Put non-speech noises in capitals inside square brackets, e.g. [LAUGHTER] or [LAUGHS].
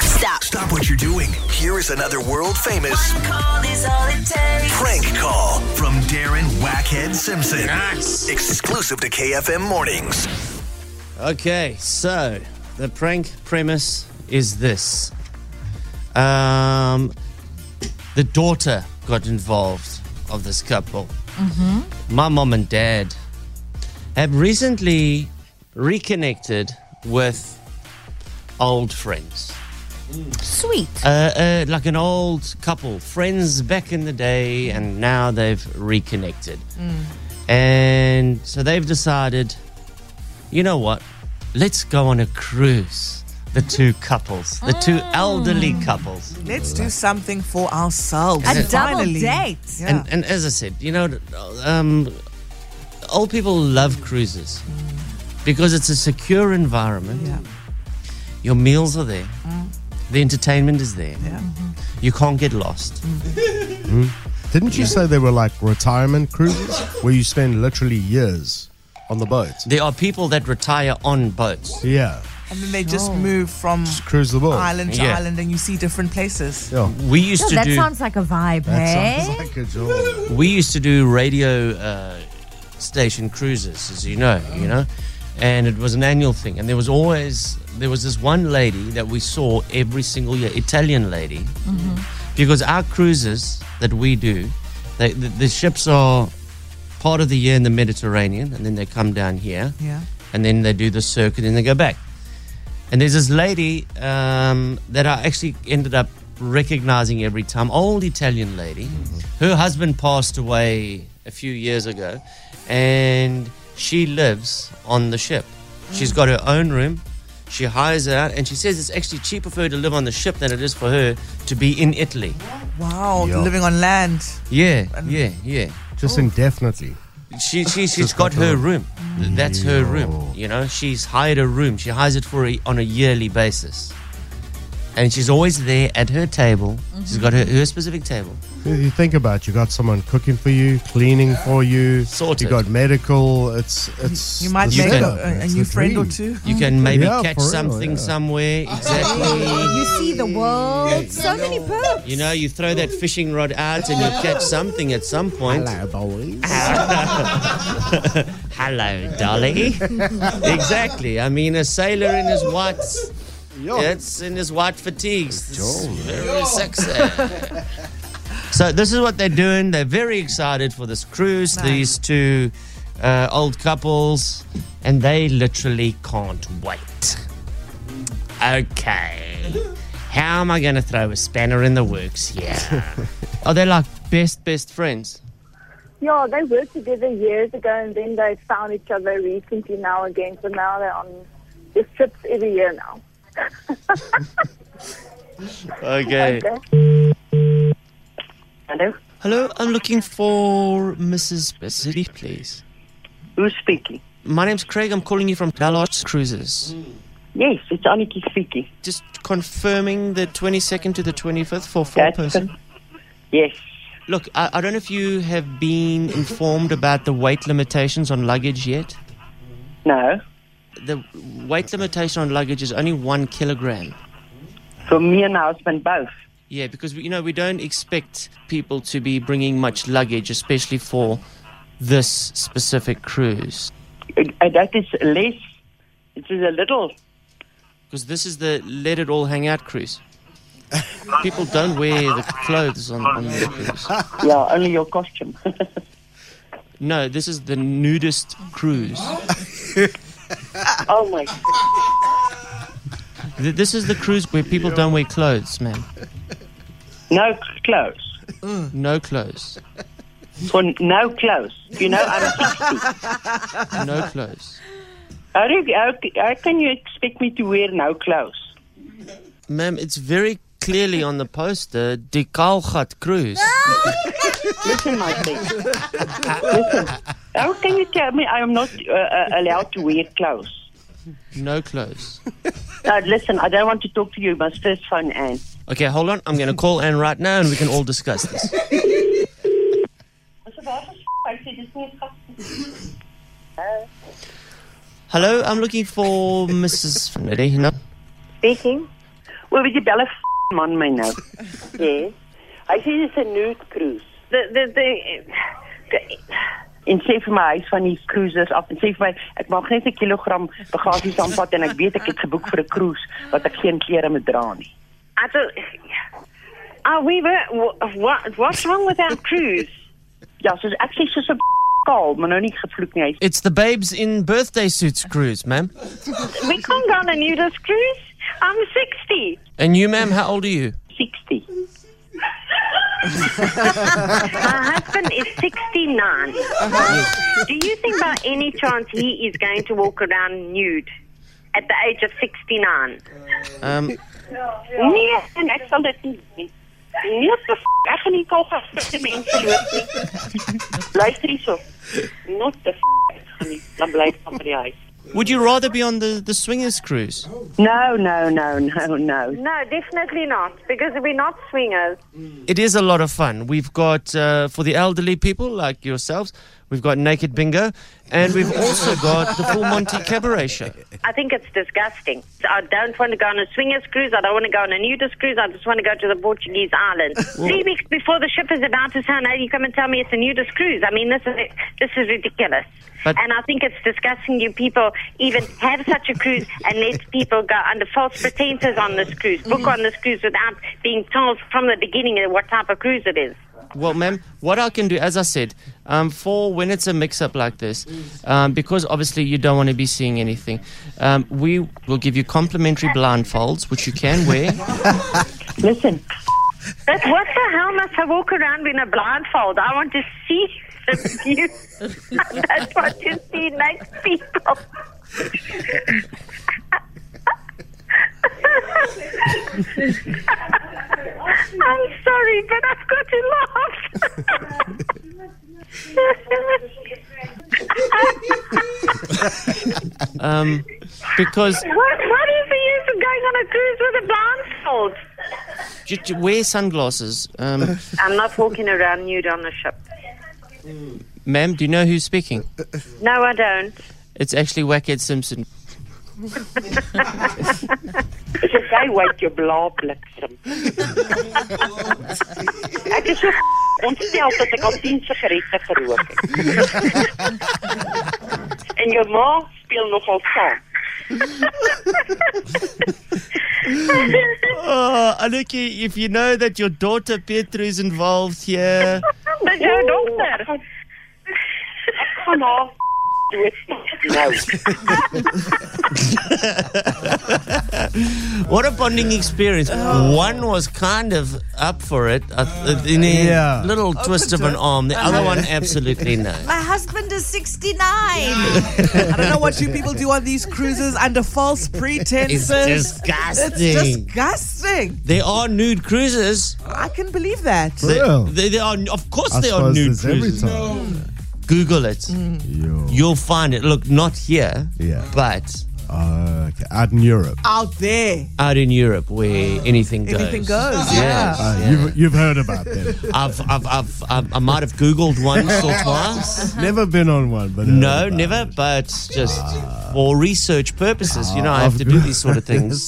Stop what you're doing. Here is another world famous call is all it takes. prank call from Darren Wackhead Simpson. Nice. Exclusive to KFM Mornings. Okay, so the prank premise is this. Um, the daughter got involved of this couple. My mom and dad have recently reconnected with old friends. Sweet. Uh, uh, like an old couple, friends back in the day, and now they've reconnected. Mm. And so they've decided, you know what? Let's go on a cruise. The two couples, the two Mm. elderly couples. Let's do something for ourselves. A double Finally. date. Yeah. And, and as I said, you know, um, old people love cruises because it's a secure environment. Mm. Yeah. Mm. Your meals are there, the entertainment is there. Yeah. You can't get lost. Didn't you say they were like retirement cruises where you spend literally years on the boat? There are people that retire on boats. Yeah. and then they just move from Cruise the world. island to Yeah. island and you see different places. Yeah. We used No, to that do sounds like a vibe, That eh? sounds like a job. we used to do radio uh, station cruises, as you know, you know, and it was an annual thing. And there was always there was this one lady that we saw every single year, Italian lady, Mm-hmm. because our cruises that we do, they, the, the ships are part of the year in the Mediterranean, and then they come down here, Yeah. and then they do the circuit, and they go back. And there's this lady um, that I actually ended up recognizing every time, old Italian lady. Her husband passed away a few years ago, and she lives on the ship. She's got her own room. She hires it out, and she says it's actually cheaper for her to live on the ship than it is for her to be in Italy. Wow, Yeah. living on land. Yeah, yeah, yeah. Just indefinitely. She, she, she's Just got got her the- room. That's her room. Yo. You know, she's hired a room. She hires it for a, on a yearly basis. And she's always there at her table. She's got her, her specific table. You- You think about it, you got someone cooking for you, cleaning for you, Sorted. you got medical. It's it's You might the make setup. a, a It's new the friend or dream. two. You can maybe Mm-hmm. Yeah, catch for real, something yeah. somewhere. Exactly. [LAUGHS] You see the world. So many perks. you know, you throw that fishing rod out and you catch something at some point. Hello, Dolly. exactly. I mean, a sailor in his white, it's in his white fatigues. It's very sexy. so this is what they're doing. They're very excited for this cruise. These two uh, old couples, and they literally can't wait. Okay. How am I going to throw a spanner in the works here? Are they like best, best friends? Yeah, they worked together years ago and then they found each other recently now again. So now they're on their trips every year now. Okay. Hello? Hello, I'm looking for Mrs. City, please. Who's speaking? My name's Craig. I'm calling you from Dallards Cruises. Yes, it's Aniki speaking. Just confirming the 22nd to the 25th for four That's person. Yes. Look, I, I don't know if you have been informed about the weight limitations on luggage yet. No. The weight limitation on luggage is only one kilogram. For me and my husband both. Yeah, because we- you know we don't expect people to be bringing much luggage, especially for this specific cruise. Uh, uh, that is less. It is a little. Because this is the let it all hang out cruise. People don't wear the clothes on, on the cruise. Yeah, only your costume. [LAUGHS] No, this is the nudist cruise. oh my. Th- This is the cruise where people don't wear clothes, man. No c- clothes. No clothes. For n- no clothes. You know, I'm [LAUGHS] 60. No clothes. How, do you, how, c- how can you expect me to wear no clothes? Ma'am, it's very clearly on the poster, Dekalgat cruise. Listen, my friend. Listen. How can you tell me I am not uh, uh, allowed to wear clothes? No clothes. No, listen, I don't want to talk to you. You must first phone Anne. Okay, hold on. I'm going to call Anne right now and we can all discuss this. Hello, I'm looking for Mrs. Finity. No. Speaking. Well, would you bel a f- man my nou. [LAUGHS] Yes. Hy sê dis 'n nude cruise. The the the en sê vir my hy's van die cruisers af en sê vir my ek mag net 'n kilogram bagasie saamvat en ek weet ek het geboek vir 'n cruise wat ek geen klere moet dra nie. I don't. Are ah, we? ver- wha- What? What's wrong with our cruise? Ja, soos ek sê soos 'n kaal, maar nou nie gevloek nie. Hy sê, It's the babes in birthday suits cruise, ma'am. We can't go on a nudist cruise. I'm 60. And you, ma'am, how old are you? 60. My husband is 69. Do you think by any chance he is going to walk around nude at the age of 69? Um, Nee, en ek sal dit nie doen. Nee, so f- ek gaan nie kal gestrikte [LAUGHS] mense loop nie. Luister hierso. Not the f- ek gaan nie. Dan bly ek van by die huis. would you rather be on the, the swingers cruise? No, no, no, no, no. No, definitely not, because we're not swingers. It is a lot of fun. We've got uh, for the elderly people like yourselves. We've got naked bingo, and we've also got the full Monty cabaret show. I think it's disgusting. I don't want to go on a swingers cruise. I don't want to go on a nudist cruise. I just want to go to the Portuguese island. Three weeks before the ship is about to sail, now you come and tell me it's a nudist cruise. I mean, this is this is ridiculous. But- and I think it's disgusting. You people even have such a cruise and let people go under false pretenses on this cruise, book on this cruise without being told from the beginning what type of cruise it is. Well, ma'am, what I can do, as I said, um, for when it's a mix-up like this, um, because obviously you don't want to be seeing anything, um, we will give you complimentary blindfolds, which you can wear. Listen, But what the hell must I walk around in a blindfold? I want to see the view. [LAUGHS] I don't want to see next people. [LAUGHS] I'm sorry, but I've got to laugh. Um, because [LAUGHS] what, what is the use of going on a cruise with a blindfold? j- j- wear sunglasses, um, I'm not walking around nude on a ship. ma'am. Do you know who's speaking? No, I don't. It's actually Wackhead Simpson. is dit jy wat jou blaapbliksem? Ek is so f- ontstel dat ek al 10 sigarette gerook het. En jou ma speel nogal saam. Oh, Aluki, if you know that your daughter Pietro is involved here. Dis jou dokter. Gaan haar f- doodmaak nou. What a bonding experience. One was kind of up for it uh, in a Yeah. little Oh, twist of an arm. The other one, absolutely no. [LAUGHS] My husband is 69. I don't know what you people do on these cruises under false pretenses. disgusting. It's disgusting. There are nude cruises. I can believe that. There- Real? There, there are, of course, Oh. I there are suppose nude it's every cruises. time. Google it. Mm. Yo. You'll find it. Look, not here, Yeah. but Oh, okay. Out in Europe. Out there, out in Europe where anything goes. anything goes. Yes. Yeah. Uh, you've, you've heard about [LAUGHS] them. I've, I've, I've, I've, I might have Googled [LAUGHS] once or twice. never been on one, but uh, heard No, about never, it. but just for research purposes, you know, I I've have to do got- [LAUGHS] these sort of things.